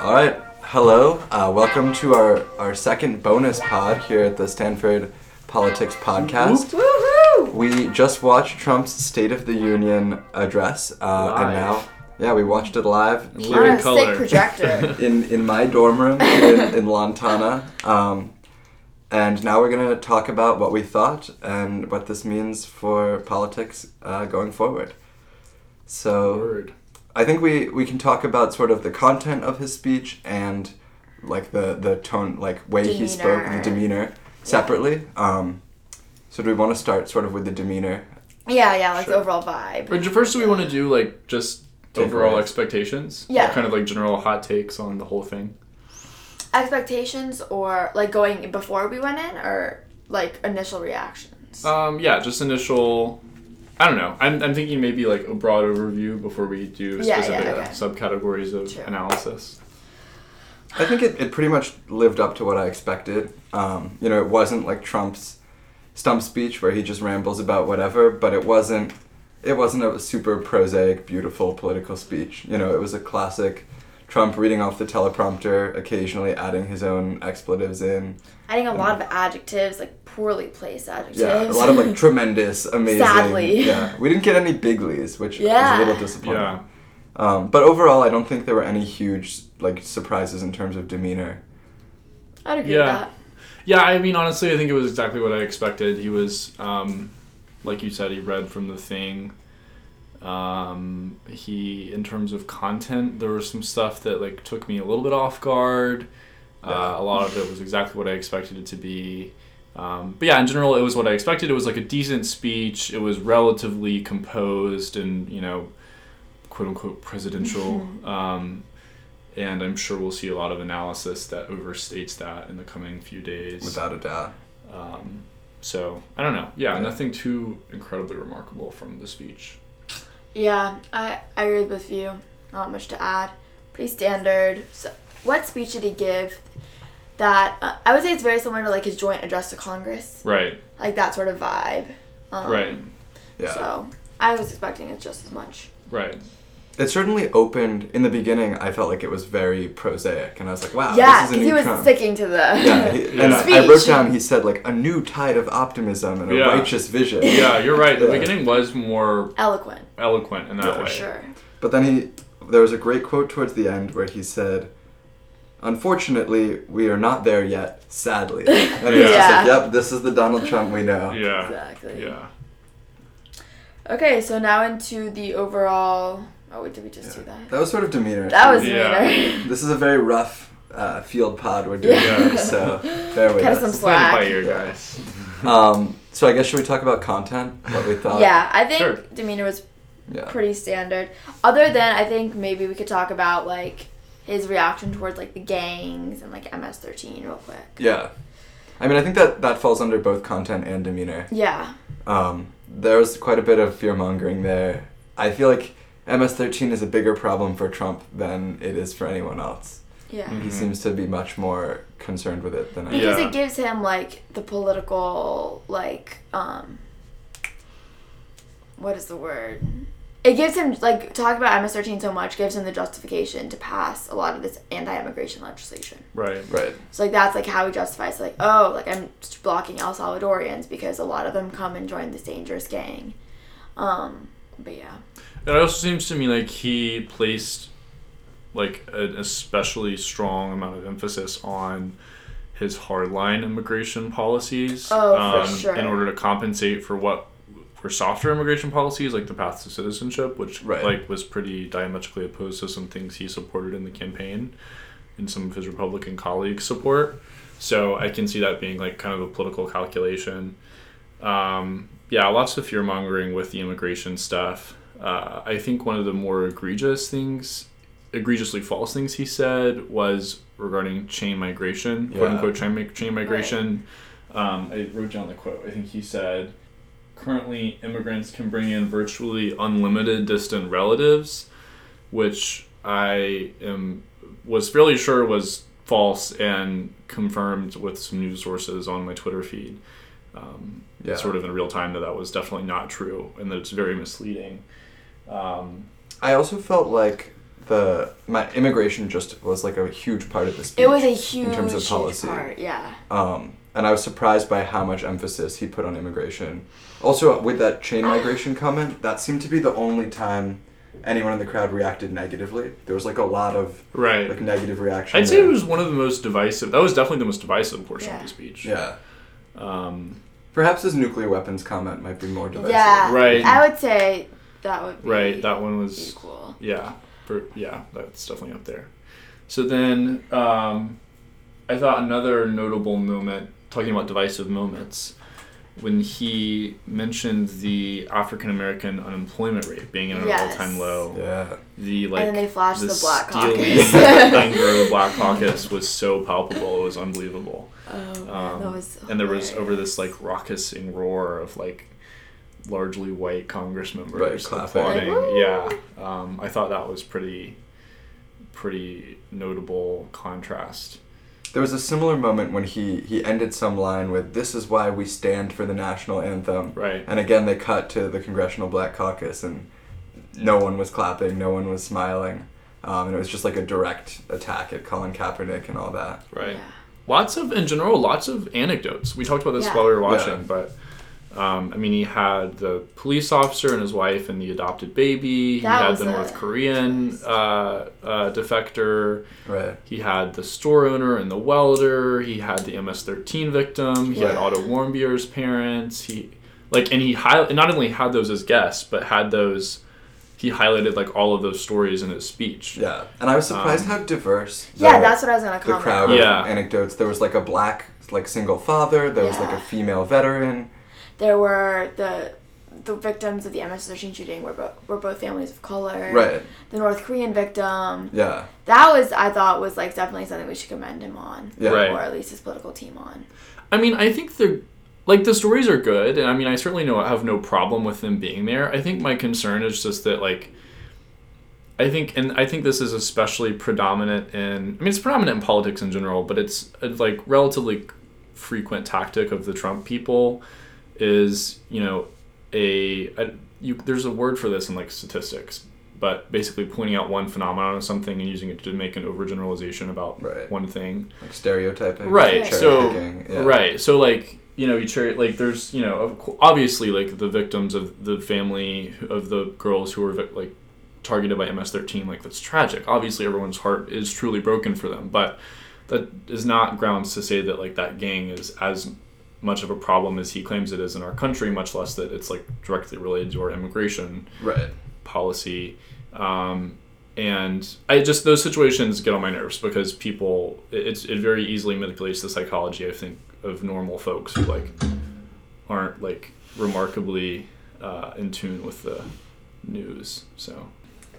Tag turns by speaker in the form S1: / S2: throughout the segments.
S1: All right. Hello. Uh, welcome to our, our second bonus pod here at the Stanford Politics Podcast. We just watched Trump's State of the Union address, uh, and
S2: Live.
S1: now, yeah, we watched it live
S2: Live.
S1: here
S2: Very
S3: on a
S2: colored.
S3: sick projector.
S1: in, in my dorm room in, in Lantana. Um, and now we're going to talk about what we thought and what this means for politics uh, going forward. So,
S2: Word.
S1: I think we we can talk about sort of the content of his speech and like the the tone, like way he spoke, the
S3: Demeanor.
S1: demeanor separately. Um, so do we want to start sort of with the demeanor?
S3: yeah, yeah, like
S1: Sure.
S3: the overall vibe.
S2: But first, do we want to do like just
S1: Takeaways.
S2: overall expectations?
S3: Yeah.
S2: Kind of like general hot takes on the whole thing.
S3: Expectations or like going before we went in or like initial reactions.
S1: Uh,
S2: Um, yeah, just initial. I don't know. I'm, I'm thinking maybe like a broad overview before we do
S3: Yeah, yeah,
S2: specific
S3: okay.
S2: subcategories of
S3: True.
S2: analysis.
S1: I think it, it pretty much lived up to what I expected. Um, you know, it wasn't like Trump's stump speech where he just rambles about whatever, but it wasn't it wasn't a super prosaic, beautiful political speech. You know, it was a classic Trump reading off the teleprompter, occasionally adding his own expletives in.
S3: Adding a lot of adjectives, like poorly placed adjectives.
S1: um, Yeah, a lot of like tremendous, amazing.
S3: Sadly.
S1: Yeah, we didn't get any biglies, which is
S3: Yeah.
S1: a little disappointing.
S2: Yeah.
S1: Um, but overall, I don't think there were any huge like surprises in terms of demeanor.
S3: I'd agree
S2: Yeah.
S3: with
S2: Yeah, I mean, honestly, I think it was exactly what I expected. He was, um, like you said, he read from the thing. Um, he, in terms of content, there was some stuff that like took me a little bit off guard. Uh, a lot of it was exactly what I expected it to be. Um, but yeah, in general, it was what I expected. It was like a decent speech. It was relatively composed and you know, quote unquote presidential. um, and I'm sure we'll see a lot of analysis that overstates that in the coming few days.
S1: Without a doubt.
S2: Um, so I don't know. Yeah,
S1: Yeah.
S2: nothing too incredibly remarkable from the speech.
S3: that. Yeah, I, I agree with you. Not much to add. Pretty standard. So, what speech did he give that uh, I would say it's very similar to like his joint address to Congress,
S2: Right.
S3: like that sort of vibe. Um,
S2: Right.
S1: Yeah.
S3: So I was expecting it just as much.
S2: Right.
S1: It certainly opened in the beginning. I felt like it was very prosaic, and I was like, "Wow,
S3: yeah,
S1: Ah, this is a
S3: because
S1: new
S3: he was
S1: Trump."
S3: sticking to the.
S1: Yeah, he, and I- I
S3: Speech.
S1: wrote down. He said like a new tide of optimism and a
S2: Yeah.
S1: righteous vision.
S2: Yeah, you're right. The
S1: Yeah.
S2: beginning was more
S3: Eloquent,
S2: eloquent in that
S1: Yeah.
S2: way.
S3: for sure.
S1: But then he, there was a great quote towards the end where he said, "Unfortunately, we are not there yet. Sadly." And yeah. was just like,
S3: Yeah.
S1: "Yep, this is the Donald Trump we know."
S2: Yeah.
S3: Exactly.
S2: Yeah.
S3: Okay, so now into the overall. Oh wait, did we just do that?
S1: That was sort of demeanor.
S3: That was
S2: Yeah.
S3: meaner.
S1: This is a very rough uh, field pod we're doing
S2: Yeah.
S1: here, so bear with
S3: Cut us some
S1: us.
S2: We'll play it by
S3: slack.
S2: ear, guys.
S1: Um, so I guess should we talk about content? What we thought?
S3: yeah, I think
S2: Sure.
S3: demeanor was
S1: Yeah.
S3: pretty standard. Other than I think maybe we could talk about like his reaction towards like the gangs and like MS13 real quick.
S1: Yeah. I mean, I think that that falls under both content and demeanor.
S3: Yeah.
S1: Um, there was quite a bit of fear mongering there. I feel like MS-13 is a bigger problem for Trump than it is for anyone else.
S3: Yeah.
S2: Mm.
S1: He
S2: Mhm.
S1: seems to be much more concerned with it than I.
S2: Yeah.
S3: because it gives him like the political like um what is the word it gives him like talk about ms13 so much gives him the justification to pass a lot of this anti-immigration legislation
S2: Right.
S1: Right.
S3: so like that's like how he justifies like oh like i'm just blocking el salvadorians because a lot of them come and join this dangerous gang um but yeah
S2: It also seems to me like he placed like an especially strong amount of emphasis on his hardline immigration policies um,
S3: Oh, for sure.
S2: in order to compensate for what were softer immigration policies like the path to citizenship which
S1: Right.
S2: like was pretty diametrically opposed to some things he supported in the campaign and some of his republican colleagues support so i can see that being like kind of a political calculation um, yeah, lots of fear mongering with the immigration stuff. Uh, I think one of the more egregious things, egregiously false things he said was regarding chain migration, quote
S1: Yeah.
S2: unquote chain, mi- chain migration. Um, I wrote down the quote. I think he said, currently immigrants can bring in virtually unlimited distant relatives, which I am was fairly sure was false and confirmed with some news sources on my Twitter feed Um,
S1: Yeah.
S2: sort of in real time that that was definitely not true and that it's very misleading. Um,
S1: I also felt like the my immigration just was like a huge part of the speech.
S3: It was a huge,
S1: in terms of
S3: huge
S1: policy.
S3: part. Yeah.
S1: um, and I was surprised by how much emphasis he put on immigration. Also, with that chain migration comment, that seemed to be the only time anyone in the crowd reacted negatively. There was like a lot of
S2: right.
S1: like negative reaction.
S2: I'd say it
S1: there.
S2: was one of the most divisive. That was definitely the most divisive portion
S3: Yeah.
S2: of the speech.
S1: yeah.
S2: Um,
S1: Perhaps his nuclear weapons comment might be more divisive.
S3: Yeah.
S2: Right.
S3: I would say that would be
S2: right. That one was.
S3: equal.
S2: Yeah. For, yeah. That's definitely up there. So then, um, I thought another notable moment, talking about divisive moments, when he mentioned the African American unemployment rate being at an
S3: Yes.
S2: all-time low.
S1: Yeah.
S2: The like.
S3: and then they flashed the, black
S2: steely
S3: caucus.
S2: anger of Black Caucus was so palpable; it was unbelievable.
S3: oh, man,
S2: Um,
S3: that was
S2: and there was over
S3: hilarious.
S2: this like raucous and roar of like largely white congress members
S1: Right, clapping.
S2: applauding.
S3: Like, "Woo!"
S2: yeah um, i thought that was pretty pretty notable contrast
S1: There was a similar moment when he he ended some line with "This is why we stand for the national anthem,"
S2: right
S1: and again they cut to the Congressional Black Caucus, and no one was clapping, no one was smiling, um, and it was just like a direct attack at Colin Kaepernick and all that.
S2: right
S3: Yeah.
S2: lots of in general lots of anecdotes we talked about this
S3: Yeah.
S2: while we were
S1: Yeah.
S2: watching but um, i mean he had the police officer and his wife and the adopted baby
S3: That
S2: he had
S3: was
S2: the
S3: a-
S2: north korean uh, uh, defector
S1: Right.
S2: He had the store owner and the welder. He had the MS-13 victim. He had
S1: Yeah.
S2: Otto Warmbier's parents. He like and he hi- and not only had those as guests, but had those. He highlighted like all of those stories in his speech.
S1: Yeah, and I was surprised
S2: Um,
S1: how diverse.
S3: Yeah,
S1: the-
S3: that's what I was gonna
S1: the
S3: comment.
S1: crowd
S3: on.
S1: of
S2: Yeah.
S1: anecdotes. There was like a black like single father. There was like
S3: Yeah.
S1: a female veteran.
S3: There were the the victims of the MS-13 shooting were both were both families of color.
S1: Right.
S3: The North Korean victim.
S1: Yeah.
S3: That was I thought was like definitely something we should commend him on,
S1: Yeah.
S2: Right.
S3: or at least his political team on.
S2: I mean, I think they're like the stories are good, and I mean, I certainly know have no problem with them being there. I think my concern is just that like. I think, and I think this is especially predominant in. I mean, it's predominant in politics in general, but it's a, like relatively frequent tactic of the Trump people is you know a, a you, there's a word for this in like statistics, but basically pointing out one phenomenon of something and using it to make an overgeneralization about
S1: Right.
S2: one thing.
S1: Like stereotyping.
S2: Right,
S1: cherry
S2: so-
S1: picking, yeah.
S2: Right. So like you know you cherry like there's you know of co- obviously like the victims of the family of the girls who were vic- like targeted by MS-13 like that's tragic. Obviously everyone's heart is truly broken for them, but that is not grounds to say that like that gang is as much of a problem as he claims it is in our country, much less that it's like directly related to our immigration
S1: Right.
S2: policy. Um, and I just those situations get on my nerves because people it, it's it very easily manipulates the psychology I think of normal folks who like aren't like remarkably uh, in tune with the news. So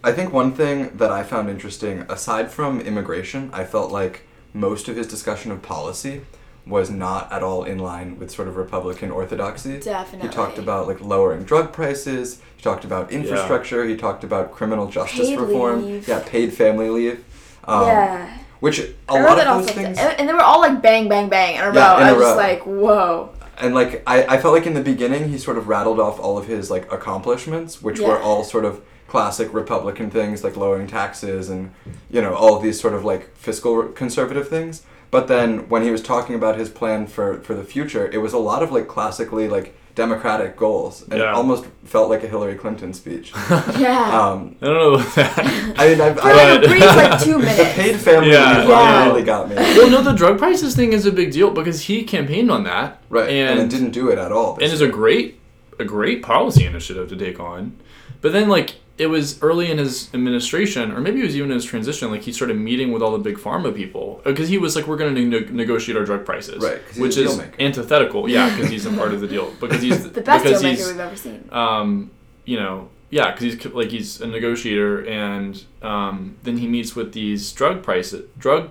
S1: I think one thing that I found interesting, aside from immigration, I felt like most of his discussion of policy was not at all in line with sort of Republican orthodoxy.
S3: Definitely.
S1: He talked about like lowering drug prices. He talked about infrastructure. He talked about criminal justice
S3: Paid
S1: reform.
S3: leave.
S1: Yeah, paid family leave. Um,
S3: yeah.
S1: Which um, a
S3: I wrote
S1: lot
S3: that
S1: of
S3: off
S1: those things,
S3: and, and they were all like bang, bang, bang in a row.
S1: Yeah, in
S3: I
S1: a
S3: was
S1: row.
S3: just like, whoa.
S1: and like I, I felt like in the beginning he sort of rattled off all of his like accomplishments, which were
S3: Yeah.
S1: all sort of classic Republican things like lowering taxes and you know all of these sort of like fiscal conservative things. But then when he was talking about his plan for for the future, it was a lot of like classically like Democratic goals, and it
S2: Yeah.
S1: almost felt like a Hillary Clinton speech.
S3: Yeah.
S1: Um,
S2: I don't know about that.
S1: I mean, I've,
S3: Uh, For like
S1: I,
S2: But-
S3: a brief like two
S1: the
S3: minutes.
S1: paid family
S2: Yeah.
S1: leave
S3: Yeah.
S1: line really got me.
S2: well, no, the drug prices thing is a big deal because he campaigned on that,
S1: Right, and,
S2: And,
S1: it didn't do it at all.
S2: and is a great a great policy initiative to take on. But then like it was early in his administration, or maybe it was even in his transition. Like he started meeting with all the big pharma people because he was like, "We're going to ne- negotiate our drug prices,"
S1: Right, 'cause he's
S2: which
S1: a deal
S2: is
S1: maker.
S2: antithetical. Yeah, because he's a part of the deal. Because he's
S3: the best deal
S2: because
S3: maker
S2: he's,
S3: we've ever seen.
S2: um, you know, yeah, because he's c- like he's a negotiator, and um, then he meets with these drug price drug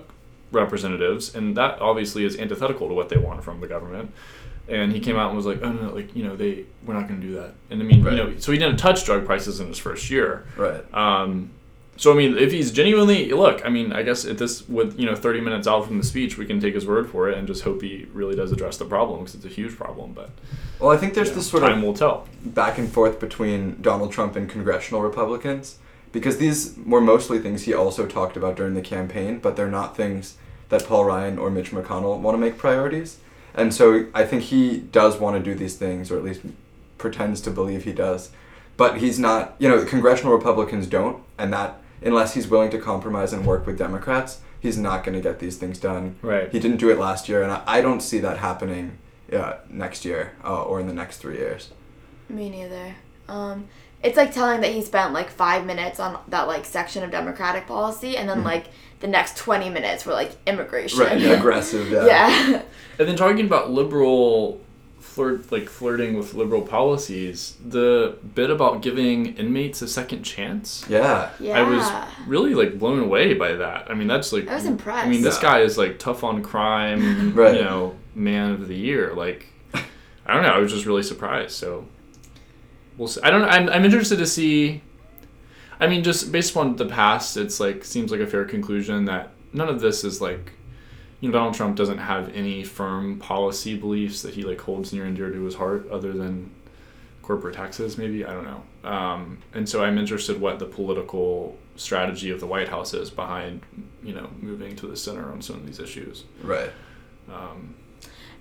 S2: representatives, and that obviously is antithetical to what they want from the government. And he came out and was like, "Oh no, like you know, they we're not going to do that." And I mean,
S1: Right.
S2: you know, so he didn't touch drug prices in his first year.
S1: right.
S2: Um, So I mean, if he's genuinely look, I mean, I guess at this with you know 30 minutes out from the speech, we can take his word for it and just hope he really does address the problem because it's a huge problem. But
S1: Well, I think there's
S2: you know,
S1: this sort
S2: time
S1: of
S2: will tell.
S1: back and forth between Donald Trump and congressional Republicans because these were mostly things he also talked about during the campaign, but they're not things that Paul Ryan or Mitch McConnell want to make priorities. And so I think he does want to do these things, or at least pretends to believe he does. But he's not, you know, congressional Republicans don't, and that unless he's willing to compromise and work with Democrats, he's not going to get these things done.
S2: Right.
S1: He didn't do it last year, and I, I don't see that happening uh, next year uh, or in the next three years.
S3: Me neither. Um, it's like telling that he spent like five minutes on that like section of Democratic policy, and then like the next twenty minutes were like immigration.
S1: Mm-hmm. Right, yeah, aggressive, yeah.
S3: yeah.
S2: And then talking about liberal flirt like flirting with liberal policies, the bit about giving inmates a second chance.
S1: Yeah.
S3: yeah.
S2: I was really like blown away by that. I mean, that's like
S3: I was impressed.
S2: I mean, this
S1: Yeah.
S2: guy is like tough on crime,
S1: Right.
S2: you know, man of the year. Like, I don't know. I was just really surprised. So, we'll. See. I don't. I'm. I'm interested to see. I mean, just based upon the past, it's like seems like a fair conclusion that none of this is like, you know, Donald Trump doesn't have any firm policy beliefs that he like holds near and dear to his heart, other than corporate taxes, maybe I don't know. Um, and so I'm interested what the political strategy of the White House is behind, you know, moving to the center on some of these issues.
S1: Right.
S2: Um,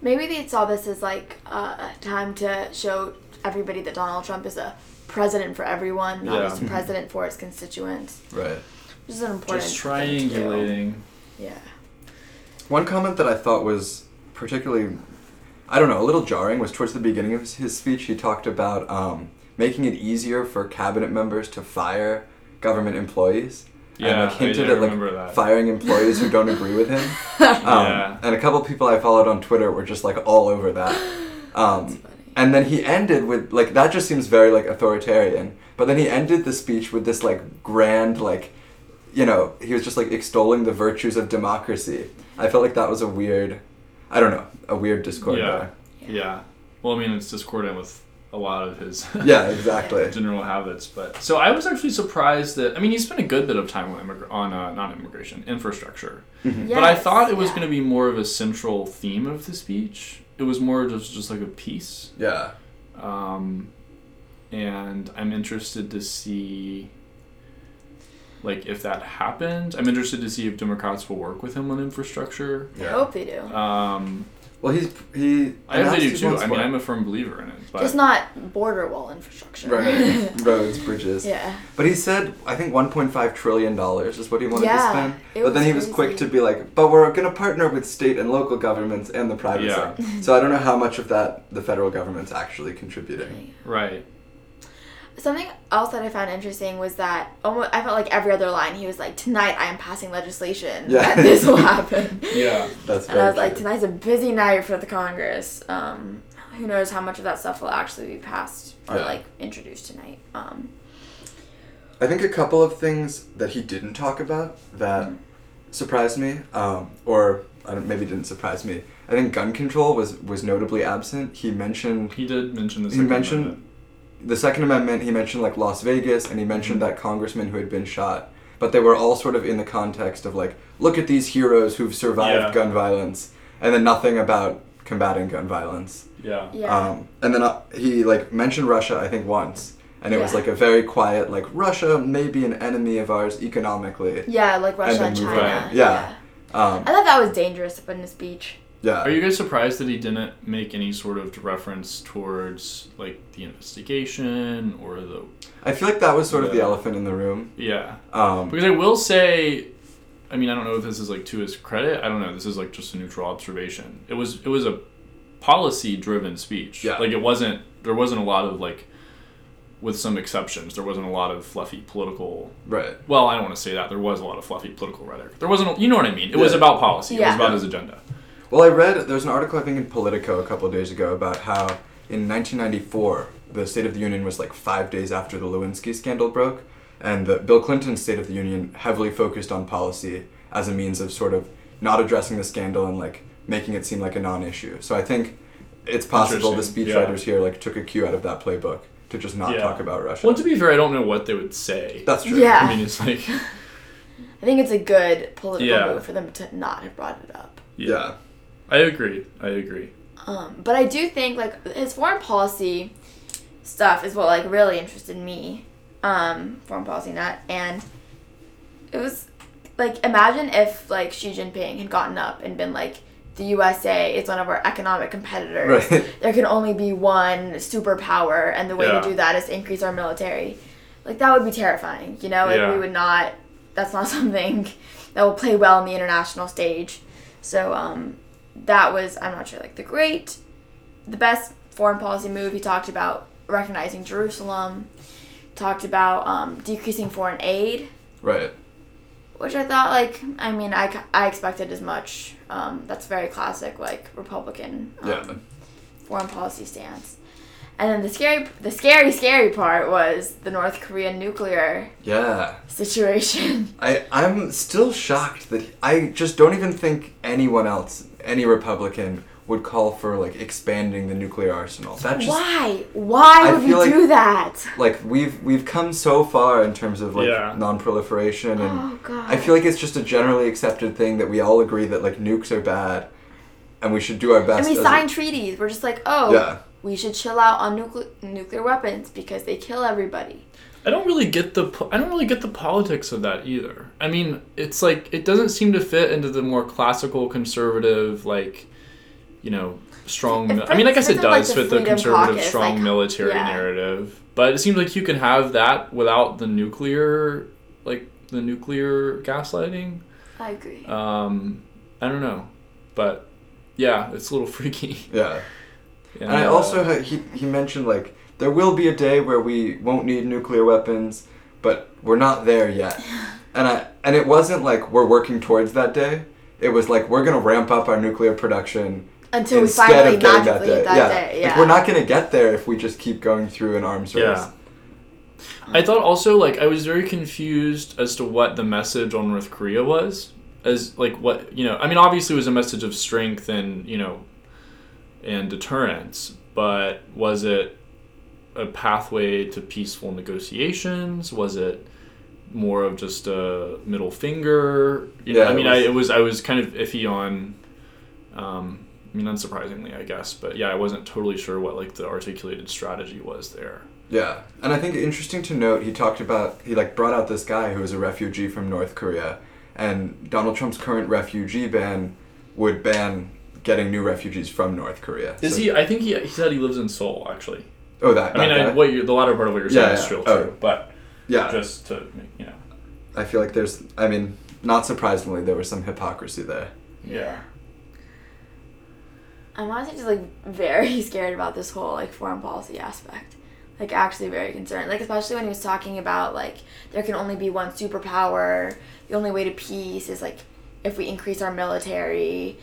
S3: Maybe they saw this as like uh, a time to show everybody that Donald Trump is a president for everyone, not
S2: Yeah.
S3: just a
S1: Mm-hmm.
S3: president for his constituents,
S1: Right.
S3: which is an important.
S2: just
S3: thing to do.
S2: triangulating.
S3: Yeah.
S1: One comment that I thought was particularly, I don't know, a little jarring was towards the beginning of his- his speech. He talked about um, making it easier for cabinet members to fire government employees.
S2: Yeah,
S1: and like hinted
S2: I, I
S1: at like
S2: remember that.
S1: firing employees who don't agree with him. Um,
S2: Yeah.
S1: And a couple people I followed on Twitter were just like all over that. Um, and then he ended with like that just seems very like authoritarian. But then he ended the speech with this like grand like, you know, he was just like extolling the virtues of democracy. I felt like that was a weird, I don't know, a weird discord.
S2: Yeah.
S1: there.
S2: Yeah. Well, I mean, it's discordant with a lot of his.
S1: Yeah. Exactly.
S2: general habits. But so I was actually surprised that I mean he spent a good bit of time on immigra- on uh, not immigration infrastructure,
S1: Mm-hmm.
S2: but I
S3: Yes,
S2: thought it was
S3: yeah.
S2: going to be more of a central theme of the speech. It was more just just like a piece,
S1: Yeah.
S2: um, and I'm interested to see. Like if that happened, I'm interested to see if Democrats will work with him on infrastructure.
S3: I hope they do.
S2: Um,
S1: Well, he's he.
S2: I hope they do
S1: announced he
S2: too.
S1: wants
S2: I mean,
S1: more.
S2: I'm a firm believer in it. But
S3: Just not border wall infrastructure.
S1: right. Roads, bridges.
S3: yeah.
S1: But he said, I think 1.5 trillion dollars is what he wanted
S3: Yeah,
S1: to spend.
S3: it
S1: But then
S3: was
S1: he was quick
S3: crazy.
S1: to be like, "But we're going to partner with state and local governments and the private
S2: Yeah.
S1: sector." So I don't know how much of that the federal government's actually contributing.
S2: right,
S3: Something else that I found interesting was that almost I felt like every other line he was like, "Tonight I am passing legislation
S1: Yeah.
S3: that this will happen."
S2: yeah,
S1: That's
S3: And I
S1: very
S3: was like,
S1: true.
S3: "Tonight's a busy night for the Congress. Um, who knows how much of that stuff will actually be passed or
S1: Yeah.
S3: like introduced tonight?" Um,
S1: I think a couple of things that he didn't talk about that surprised me, um, or I don't, maybe didn't surprise me. I think gun control was was notably absent. He mentioned
S2: he did mention this.
S1: He mentioned- the Second Amendment, he mentioned like Las Vegas,
S2: Mm-hmm.
S1: and he mentioned that congressman who had been shot. But they were all sort of in the context of like, look at these heroes who've survived
S2: Yeah.
S1: gun violence, and then nothing about combating gun violence.
S2: yeah,
S3: yeah,
S1: Um, and then uh, he like mentioned Russia, I think once, and it was
S3: Yeah.
S1: like a very quiet like Russia may be an enemy of ours economically.
S3: yeah, like Russia
S1: then
S3: and,
S1: move
S3: China.
S2: on.
S1: Yeah. Um,
S3: I thought that was dangerous to put in a speech.
S1: yeah.
S2: Are you guys surprised that he didn't make any sort of reference towards like the investigation or the
S1: I feel like that was sort of the
S2: Yeah.
S1: elephant in the room.
S2: yeah?
S1: Um,
S2: Because I will say, I mean, I don't know if this is like to his credit. I don't know. This is like just a neutral observation. It was it was a policy driven speech.
S1: Yeah.
S2: Like it wasn't there wasn't a lot of like with some exceptions there wasn't a lot of fluffy political
S1: right.
S2: well i don't want to say that there was a lot of fluffy political rhetoric there wasn't a, you know what i mean it was
S1: Yeah.
S2: about policy it was
S3: Yeah.
S2: about his agenda
S1: Well, I read there was an article I think in Politico a couple of days ago about how in 1994 the State of the Union was like five days after the Lewinsky scandal broke, and the Bill Clinton's State of the Union heavily focused on policy as a means of sort of not addressing the scandal and like making it seem like a non-issue. So I think it's possible the
S2: Interesting,
S1: speechwriters
S2: yeah.
S1: here like took a cue out of that playbook to just not
S2: Yeah.
S1: talk about Russia.
S2: Well, to be fair, I don't know what they would say.
S1: That's true.
S3: Yeah.
S2: I mean, it's like,
S3: I think it's a good political
S2: Yeah.
S3: move for them to not have brought it up.
S1: Yeah.
S2: I agree. I agree.
S3: Um, but I do think like his foreign policy stuff is what like really interested me. Um, foreign policy nut, and it was like imagine if like Xi Jinping had gotten up and been like, the USA is one of our economic competitors.
S1: Right.
S3: There can only be one superpower, and the way
S2: Yeah.
S3: to do that is increase our military. Like that would be terrifying, you know. Like
S2: Yeah.
S3: we would not. That's not something that will play well on the international stage. So um, that was I'm not sure like the great, the best foreign policy move. He talked about recognizing Jerusalem, talked about um, decreasing foreign aid,
S1: Right.
S3: which I thought like I mean I, c- I expected as much. Um, that's very classic like Republican um,
S1: Yeah.
S3: foreign policy stance. And then the scary, the scary, scary part was the North Korean nuclear
S1: Yeah.
S3: situation.
S1: I, I'm still shocked that I just don't even think anyone else, any Republican, would call for like expanding the nuclear arsenal. That just
S3: Why? Why
S1: I
S3: would we
S1: feel like-
S3: do that?
S1: like we've we've come so far in terms of like
S2: Yeah.
S1: non-proliferation and
S3: Oh god.
S1: I feel like it's just a generally accepted thing that we all agree that like nukes are bad and we should do our best.
S3: and we
S1: as a-
S3: sign treaties. We're just like, oh,
S1: Yeah.
S3: we should chill out on nucle- nuclear weapons because they kill everybody.
S2: I don't really get the po- I don't really get the politics of that either. I mean, it's like it doesn't seem to fit into the more classical conservative like you know, strong
S3: It
S2: mil- I mean, I guess it
S3: fits in, like,
S2: does
S3: the
S2: fit the
S3: Freedom
S2: conservative
S3: Caucus,
S2: strong
S3: like,
S2: military
S3: yeah.
S2: narrative, but it seems like you can have that without the nuclear like the nuclear gaslighting.
S3: I agree.
S2: Um I don't know. But yeah, it's a little freaky. uh,
S1: Yeah.
S2: Yeah.
S1: And I also ha- he he mentioned like there will be a day where we won't need nuclear weapons, but we're not there yet. And I and it wasn't like we're working towards that day. It was like we're gonna ramp up our nuclear production
S3: Until we
S1: instead
S3: finally
S1: of getting that
S3: magically
S1: day.
S3: that day.
S1: yeah,
S3: yeah.
S1: Like, we're not gonna get there if we just keep going through an arms race.
S2: Yeah. I thought also like I was very confused as to what the message on North Korea was as like what you know I mean obviously it was a message of strength and you know and deterrence but was it a pathway to peaceful negotiations was it more of just a middle finger you know,
S1: Yeah,
S2: I
S1: it
S2: mean I
S1: was-
S2: it was I was kind of iffy on um I mean unsurprisingly I guess but yeah I wasn't totally sure what like the articulated strategy was there
S1: Yeah, and I think interesting to note, he talked about he like brought out this guy who was a refugee from North Korea, and Donald Trump's current refugee ban would ban getting new refugees from North Korea.
S2: Is
S1: So-
S2: he? I think he, he said he lives in Seoul. Actually,
S1: Oh, that.
S2: I mean,
S1: that
S2: I,
S1: guy?
S2: what you the latter part of what you're saying
S1: Yeah,
S2: is
S1: yeah.
S2: still
S1: Oh.
S2: true, but
S1: yeah,
S2: just to make- you know,
S1: I feel like there's. I mean, not surprisingly, there was some hypocrisy there.
S2: yeah,
S3: I'm honestly just like very scared about this whole like foreign policy aspect. Like actually very concerned. Like especially when he was talking about like there can only be one superpower. The only way to peace is like if we increase our military.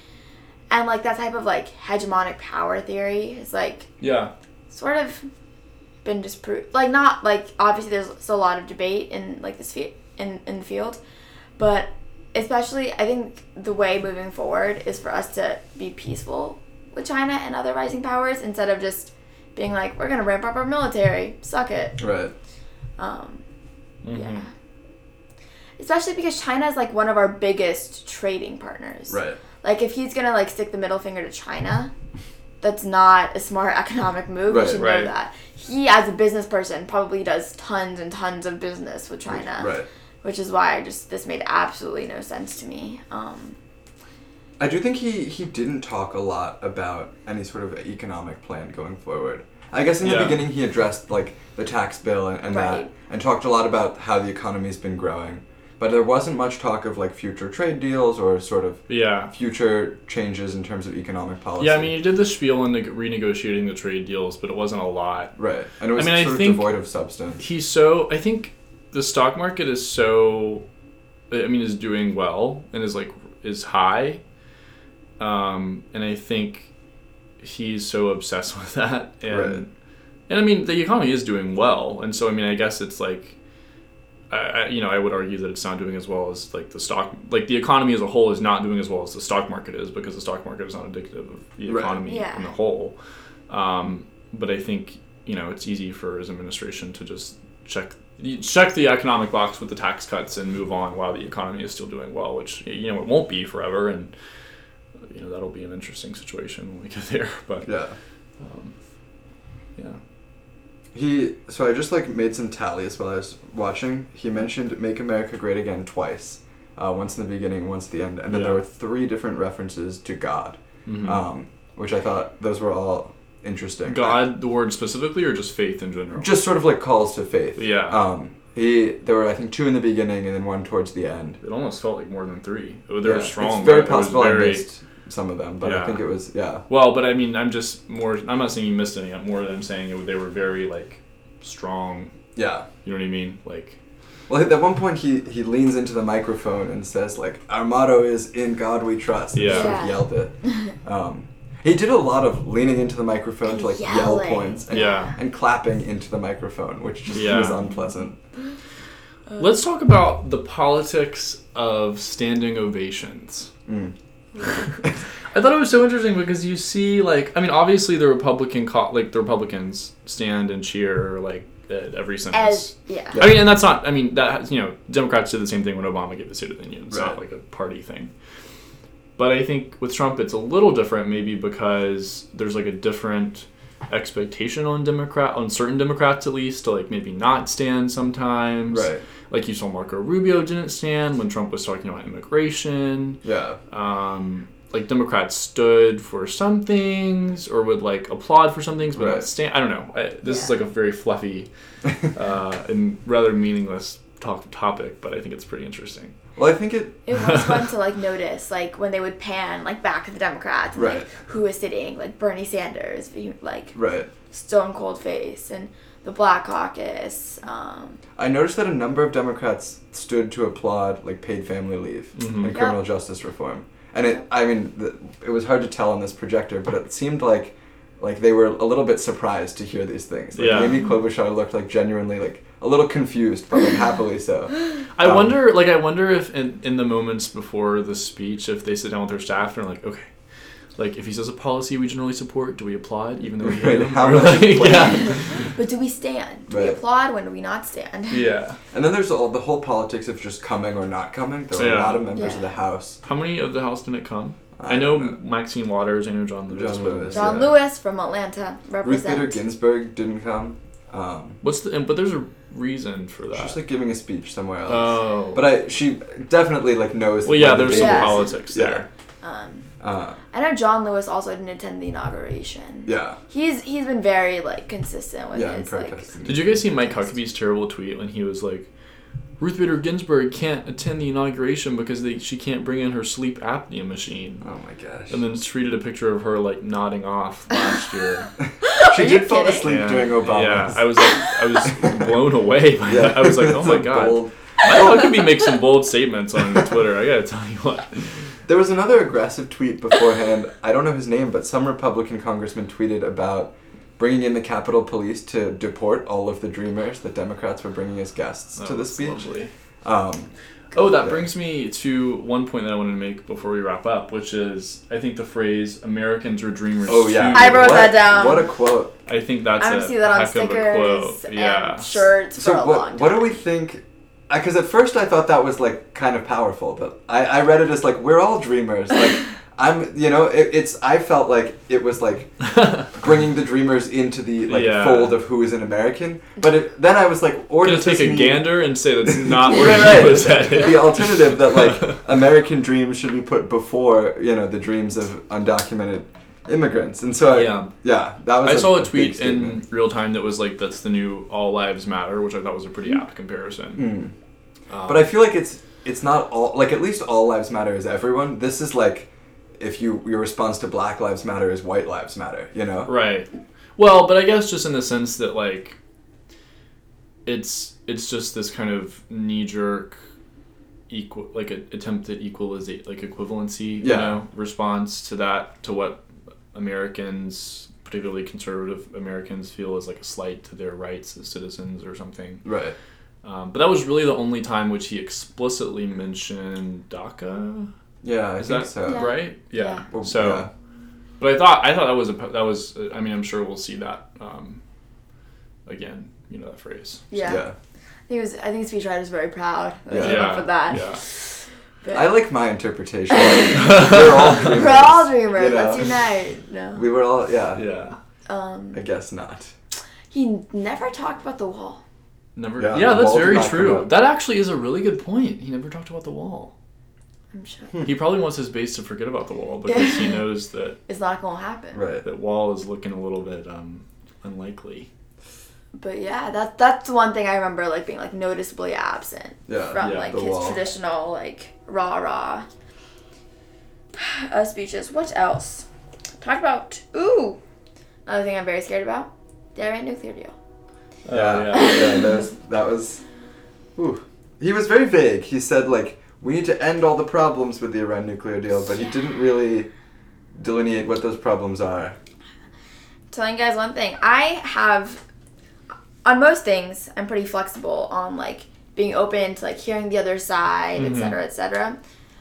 S3: And like that type of like hegemonic power theory is like
S2: yeah,
S3: sort of been disproved. Like not like obviously there's still a lot of debate in like this field in in the field, but especially I think the way moving forward is for us to be peaceful with China and other rising powers instead of just being like we're gonna ramp up our military, suck it.
S1: Right.
S3: Um,
S2: Mhm.
S3: Yeah. Especially because China is like one of our biggest trading partners.
S1: Right.
S3: Like if he's gonna like stick the middle finger to China, that's not a smart economic move.
S1: Right,
S3: you should
S2: right.
S3: know that. He, as a business person, probably does tons and tons of business with China,
S1: Right.
S3: which is why I just this made absolutely no sense to me. Um,
S1: I do think he he didn't talk a lot about any sort of economic plan going forward. I guess in the
S2: Yeah.
S1: beginning he addressed like the tax bill and, and
S3: Right.
S1: that, and talked a lot about how the economy's been growing. But there wasn't much talk of like future trade deals or sort of
S2: yeah,
S1: future changes in terms of economic policy.
S2: yeah. I mean, he did the spiel on neg- renegotiating the trade deals, but it wasn't a lot.
S1: right. And it was
S2: I mean, I
S1: sort of
S2: think-
S1: devoid of substance.
S2: he's so i think the stock market is so i mean is doing well and is like is high um and i think he's so obsessed with that and
S1: Right.
S2: and i mean the economy is doing well and so i mean i guess it's like I, I, you know, I would argue that it's not doing as well as like the stock, like the economy as a whole is not doing as well as the stock market is because the stock market is not indicative of the
S1: Right.
S2: economy
S3: Yeah.
S2: in the whole. Um, but I think you know it's easy for his administration to just check you check the economic box with the tax cuts and move on while the economy is still doing well, which you know it won't be forever, and you know that'll be an interesting situation when we get there. But
S1: Yeah.
S2: um, yeah,
S1: He so I just like made some tallies while I was watching. He mentioned "Make America Great Again" twice, uh, once in the beginning, once at the end, and then
S2: Yeah.
S1: there were three different references to God,
S2: Mhm.
S1: um, which I thought those were all interesting.
S2: God, the word specifically, or just faith in general?
S1: just sort of like calls to faith.
S2: Yeah.
S1: Um, he there were I think two in the beginning and then one towards the end.
S2: it almost felt like more than three. Oh, They're
S1: Yeah,
S2: strong.
S1: It's very
S2: but it was
S1: possible
S2: very-
S1: I missed some of them, but
S2: Yeah.
S1: I think it was yeah.
S2: Well, but I mean, I'm just more. I'm not saying you missed any. I'm more than I'm saying it, they were very like strong.
S1: Yeah.
S2: You know what I mean? Like
S1: Well, at one point he, he leans into the microphone and says like, "Our motto is in God we trust." And
S2: Yeah.
S1: Sort
S3: Yeah.
S1: of yelled it. Um, he did a lot of leaning into the microphone to like yell
S3: Yelling.
S1: points and,
S2: Yeah.
S1: and clapping into the microphone, which just
S2: Yeah.
S1: was unpleasant.
S2: Let's talk about the politics of standing ovations.
S1: Mm.
S2: I thought it was so interesting because you see, like, I mean, obviously the Republican, co- like, the Republicans stand and cheer, like, at every
S3: As
S2: sentence.
S3: yeah.
S2: I mean, and that's not, I mean, that, you know, Democrats did the same thing when Obama gave the State of the Union. It's not,
S1: Right.
S2: like, a party thing. But I think with Trump, it's a little different, maybe because there's, like, a different expectation on Democrat, on certain Democrats at least, to, like, maybe not stand sometimes
S1: Right.
S2: like you saw Marco Rubio didn't stand when Trump was talking about immigration.
S1: Yeah.
S2: Um, like Democrats stood for some things or would like applaud for some things, but
S1: Right.
S2: not stand. I don't know. I, this is
S3: Yeah.
S2: like a very fluffy uh, and rather meaningless talk topic, but I think it's pretty interesting.
S1: Well, I think it.
S3: It was fun to like notice, like when they would pan like back at the Democrats, and,
S1: Right.
S3: like who was sitting, like Bernie Sanders, being, like
S1: Right.
S3: Stone Cold Face, and the Black Caucus. Um,
S1: I noticed that a number of Democrats stood to applaud like paid family leave
S2: Mhm.
S1: and criminal
S3: Yep.
S1: justice reform. And it, I mean, th it was hard to tell on this projector, but it seemed like, like they were a little bit surprised to hear these things. Like,
S2: Yeah.
S1: Amy Klobuchar looked like genuinely like a little confused, but like happily so.
S2: I
S1: Um,
S2: wonder, like, I wonder if in, in the moments before the speech, if they sit down with their staff and are like, okay, like if he says a policy we generally support, do we applaud even though we hate
S1: Right,
S2: him?
S1: how
S2: Or,
S1: much
S2: like,
S1: applaud?
S2: yeah,
S3: but do we stand? Do we
S1: Right.
S3: applaud? When do we not stand?
S2: yeah.
S1: And then there's all the whole politics of just coming or not coming. There were
S2: Yeah.
S1: a lot of members of
S3: Yeah.
S1: the House. Uh,
S2: How many of the House didn't come?
S1: I
S2: I know
S1: don't know.
S2: Maxine Waters. I know John Lewis.
S1: John
S2: but-
S1: Lewis.
S3: John
S1: Yeah.
S3: Lewis from Atlanta
S1: Ruth
S3: represents.
S1: Bader Ginsburg didn't come. Um,
S2: What's the? and- But there's a reason for that.
S1: she was like giving a speech somewhere else.
S2: oh,
S1: But I, she definitely like knows.
S2: well, yeah.
S1: where the
S2: There's
S1: baby
S2: some
S3: Yeah.
S1: is.
S2: politics
S1: Yeah.
S2: there.
S3: um,
S1: Uh,
S3: I know John Lewis also didn't attend the inauguration.
S1: yeah.
S3: He's he's been very like consistent with
S1: Yeah, and
S3: his like.
S1: protesting.
S2: Did you guys see Mike Huckabee's terrible tweet when he was like, Ruth Bader Ginsburg can't attend the inauguration because they, she can't bring in her sleep apnea machine,
S1: Oh my gosh.
S2: and then tweeted a picture of her like nodding off last year.
S1: she
S3: Are you
S1: did fall
S3: kidding?
S1: asleep
S2: Yeah.
S1: during Obama.
S2: Yeah, I was like, I was blown away. By that. I was like, oh my god.
S1: Bold.
S2: Mike Huckabee makes some bold statements on Twitter. I gotta tell you what.
S1: There was another aggressive tweet beforehand. I don't know his name, but some Republican congressman tweeted about bringing in the Capitol Police to deport all of the Dreamers that Democrats were bringing as guests to
S2: Oh,
S1: the
S2: that's
S1: speech.
S2: lovely.
S1: Um,
S2: Oh, that
S1: Yeah.
S2: brings me to one point that I wanted to make before we wrap up, which is I think the phrase "Americans are dreamers."
S1: oh yeah,
S2: too."
S3: I wrote
S1: What-
S3: that down.
S1: What a quote!
S2: I think that's
S3: I'm
S2: a
S3: gonna see that on
S2: heck of a
S3: stickers
S2: quote.
S3: and
S2: Yeah,
S3: shirts
S1: So
S3: for a
S1: what?
S3: long time.
S1: What do we think? Because at first I thought that was like kind of powerful, but I, I read it as like we're all dreamers. Like I'm, you know, it, it's. I felt like it was like bringing the dreamers into the like
S2: Yeah.
S1: fold of who is an American. But it, then I was like, or
S2: I'm gonna
S1: does this
S2: take a
S1: mean
S2: gander and say that's not
S1: Right,
S2: where
S1: right.
S2: he was headed.
S1: the alternative that like American dreams should be put before you know the dreams of undocumented immigrants? And so I,
S2: Yeah.
S1: yeah, that was.
S2: I
S1: a-
S2: saw a
S1: big
S2: tweet in
S1: statement.
S2: real time that was like, "That's the new All Lives Matter," which I thought was a pretty apt comparison.
S1: Mm.
S2: Um,
S1: Hmm. But I feel like it's it's not all like at least all lives matter is everyone. This is like if you your response to Black Lives Matter is White Lives Matter. You know.
S2: Right. Well, but I guess just in the sense that like it's it's just this kind of knee jerk equal like a, attempt at equaliza like equivalency you
S1: Yeah.
S2: know response to that to what Americans particularly conservative Americans feel is like a slight to their rights as citizens or something
S1: Right.
S2: um, but that was really the only time which he explicitly mentioned DACA
S1: Yeah, I
S2: is
S1: think
S2: that
S1: so.
S3: Yeah.
S2: right yeah,
S1: Well,
S2: so
S1: yeah.
S2: but I thought I thought that was a that was I mean I'm sure we'll see that um, again, you know that phrase.
S3: Yeah.
S1: yeah.
S3: I think it was. I think speechwriter's very proud.
S1: Yeah.
S3: Yeah.
S2: Yeah,
S3: For that.
S2: yeah.
S3: But
S1: I like my interpretation. We're all dreamers.
S3: We're all
S1: you
S3: dreamers.
S1: know?
S3: Let's unite. No.
S1: We were all, yeah,
S2: Yeah.
S3: um.
S1: I guess not.
S3: He never talked about the wall.
S2: Never.
S1: Yeah,
S2: Yeah,
S1: the
S2: that's
S1: wall did
S2: very
S1: not come
S2: true.
S1: up.
S2: That actually is a really good point. He never talked about the wall.
S3: I'm sure
S1: Hmm.
S2: He probably wants his base to forget about the wall because he knows that
S3: it's not gonna happen.
S1: Right.
S2: that wall is looking a little bit um, unlikely.
S3: But yeah, that that's the one thing I remember like being like noticeably absent
S1: Yeah.
S3: from
S2: yeah,
S3: like
S1: the
S3: his
S1: wall.
S3: traditional like rah rah uh, speeches. What else? Talk about ooh. Another thing I'm very scared about: the Iran nuclear deal.
S2: Uh,
S1: yeah. yeah, that was. That was ooh. He was very vague. He said, like, we need to end all the problems with the Iran nuclear deal, but he didn't really delineate what those problems are.
S3: telling you guys one thing i have on most things i'm pretty flexible on like being open to like hearing the other side etc.,
S2: Mhm.
S1: Mm-hmm.
S3: cetera, etc cetera.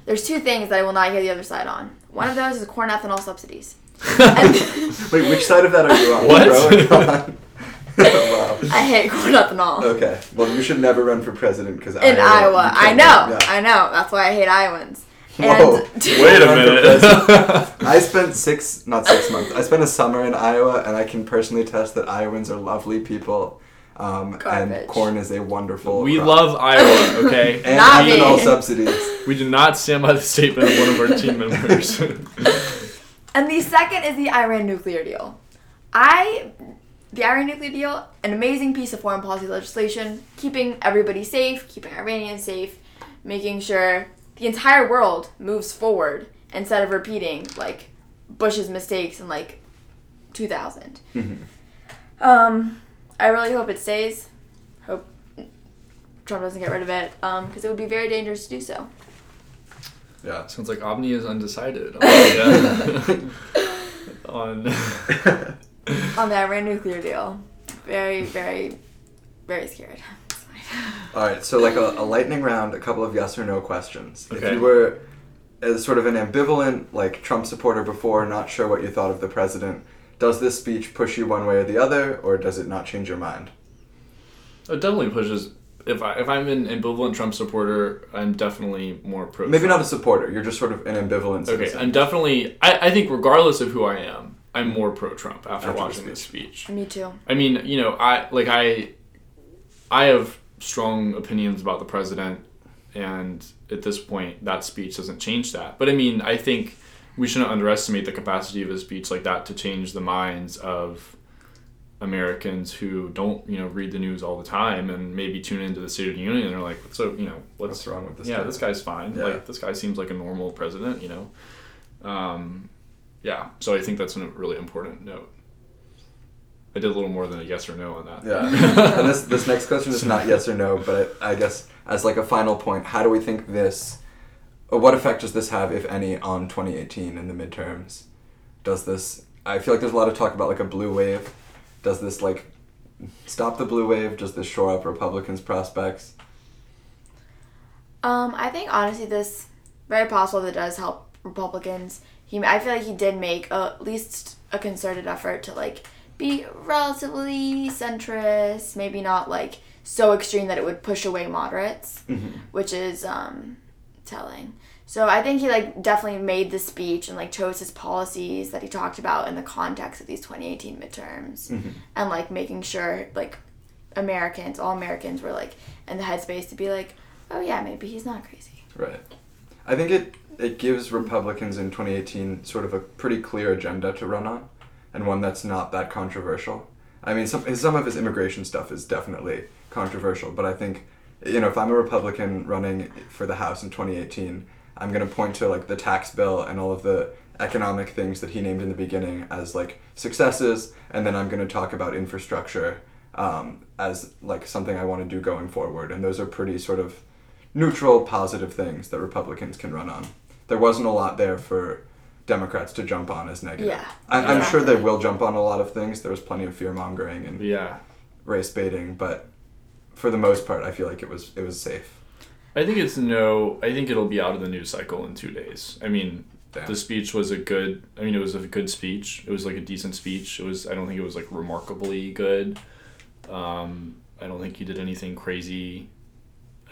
S3: there's two things that i will not hear the other side on one of those is corn ethanol subsidies
S1: Wait, which side of that are you on?
S2: What?
S1: Pro or con? wow.
S3: i hate corn ethanol
S1: Okay. Well, you should never run for president uh, because
S3: in iowa i know i
S1: I,
S3: know that's why i hate iowans
S1: Whoa.
S2: Wait a
S1: Run for
S2: minute.
S1: I spent six, not six months. I spent a summer in Iowa, and I can personally attest that Iowans are lovely people, um, and
S3: Garbage.
S1: corn is a wonderful.
S2: we
S1: crop.
S2: love Iowa. Okay.
S1: and
S3: Not
S1: even
S3: me.
S1: all subsidies.
S2: We do not stand by the statement of one of our team members.
S3: And the second is the Iran nuclear deal. I, the Iran nuclear deal, an amazing piece of foreign policy legislation, keeping everybody safe, keeping Iranians safe, making sure the entire world moves forward instead of repeating like Bush's mistakes in like 2000. Um, I really hope it stays. Hope Trump doesn't get rid of it, um, because it would be very dangerous to do so.
S1: Yeah.
S2: Sounds like Omni is undecided. On, yeah. on
S3: On the Iran nuclear deal, very, very, very scared. It's fine.
S1: All right, so like a, a lightning round, a couple of yes or no questions. If
S2: Okay.
S1: you were as sort of an ambivalent like Trump supporter before, not sure what you thought of the president, does this speech push you one way or the other, or does it not change your mind?
S2: It definitely pushes. If I if I'm an ambivalent Trump supporter, I'm definitely more pro.
S1: Maybe
S2: Trump.
S1: not a supporter. You're just sort of an ambivalent.
S2: Okay,
S1: citizen.
S2: I'm definitely. I, I think regardless of who I am, I'm more pro Trump after,
S1: After the
S2: watching this speech.
S3: Me too.
S2: I mean, you know, I like I, I have strong opinions about the president, and at this point, that speech doesn't change that. But I mean, I think we shouldn't underestimate the capacity of a speech like that to change the minds of Americans who don't, you know, read the news all the time and maybe tune into the State of the Union and are like, so you know, what's,
S1: What's wrong with this
S2: Yeah,
S1: guy?
S2: this guy's fine.
S1: Yeah.
S2: Like this guy seems like a normal president, you know. Um, yeah, so I think that's a really important note. I did a little more than a yes or no on that.
S1: Yeah. and this this next question is not yes or no, but I, I guess as like a final point, how do we think this, or what effect does this have, if any, on 2018 in the midterms? Does this? I feel like there's a lot of talk about like a blue wave. Does this like stop the blue wave? Does this shore up Republicans' prospects?
S3: Um, I think honestly, this very possible that it does help Republicans. He, I feel like he did make a, at least a concerted effort to like be relatively centrist, maybe not like so extreme that it would push away moderates, which is um, telling. So I think he like definitely made the speech and like chose his policies that he talked about in the context of these 2018 midterms, and like making sure like Americans, all Americans, were like in the headspace to be like, oh yeah, maybe he's not crazy.
S1: Right. I think it it gives Republicans in 2018 sort of a pretty clear agenda to run on, and one that's not that controversial. I mean, some some of his immigration stuff is definitely controversial, but I think you know if I'm a Republican running for the House in 2018, I'm going to point to like the tax bill and all of the economic things that he named in the beginning as like successes, and then I'm going to talk about infrastructure um, as like something I want to do going forward, and those are pretty sort of neutral, positive things that Republicans can run on. There wasn't a lot there for Democrats to jump on as negative.
S3: Yeah,
S1: I, I'm sure
S3: exactly.
S1: they will jump on a lot of things. There was plenty of fear mongering and
S2: Yeah.
S1: race baiting, but for the most part, I feel like it was it was safe.
S2: I think it's no. I think it'll be out of the news cycle in two days. I mean,
S1: Damn.
S2: the speech was a good. I mean, it was a good speech. It was like a decent speech. It was. I don't think it was like remarkably good. Um, I don't think he did anything crazy.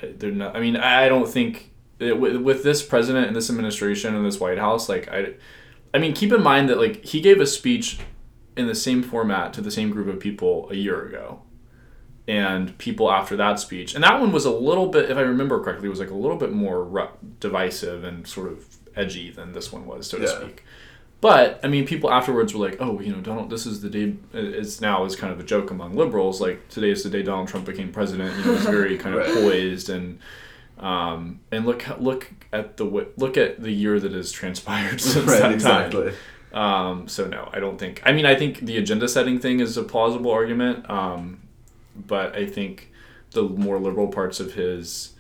S2: Uh, They're not. I mean, I I don't think it, with, with this president and this administration and this White House, like I, I mean, keep in mind that like he gave a speech in the same format to the same group of people a year ago, and people after that speech, and that one was a little bit, if I remember correctly, was like a little bit more ru- divisive and sort of edgy than this one was, so to
S1: Yeah.
S2: speak. But I mean, people afterwards were like, "Oh, you know, Donald. This is the day. It's now is kind of a joke among liberals. Like today is the day Donald Trump became president. You know, he's very kind of
S1: Right.
S2: poised and um, and look look at the wi- look at the year that has transpired since that
S1: Right,
S2: time.
S1: exactly.
S2: Um, so no, I don't think. I mean, I think the agenda setting thing is a plausible argument, um, but I think the more liberal parts of his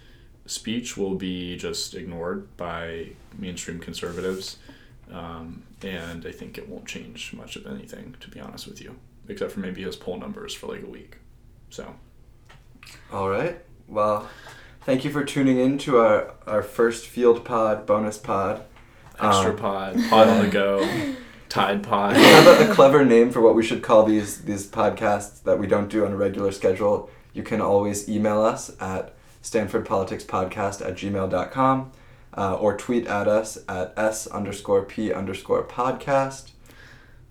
S2: speech will be just ignored by mainstream conservatives, um, and I think it won't change much of anything, to be honest with you, except for maybe his poll numbers for like a week. So
S1: All right. Well, thank you for tuning in to our, our first field pod, bonus pod.
S2: extra
S1: Um,
S2: pod, pod on the go, Tide pod.
S1: How about a clever name for what we should call these these podcasts that we don't do on a regular schedule? You can always email us at stanfordpoliticspodcast at gmail.com uh, or tweet at us at s underscore p underscore podcast.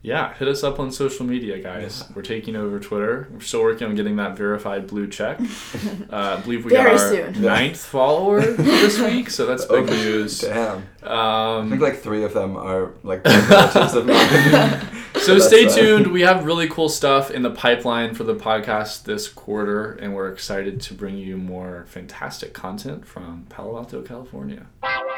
S2: Yeah, hit us up on social media, guys. We're taking over Twitter. We're still working on getting that verified blue check. Uh, I believe we
S3: Very
S2: got our
S3: soon.
S2: ninth follower this week, so that's big
S1: Oh,
S2: news.
S1: Damn. I think
S2: Um,
S1: like three of them are like relatives of mine.
S2: so
S1: That's
S2: stay
S1: right.
S2: tuned. We have really cool stuff in the pipeline for the podcast this quarter, and we're excited to bring you more fantastic content from Palo Alto, California.
S4: Wow,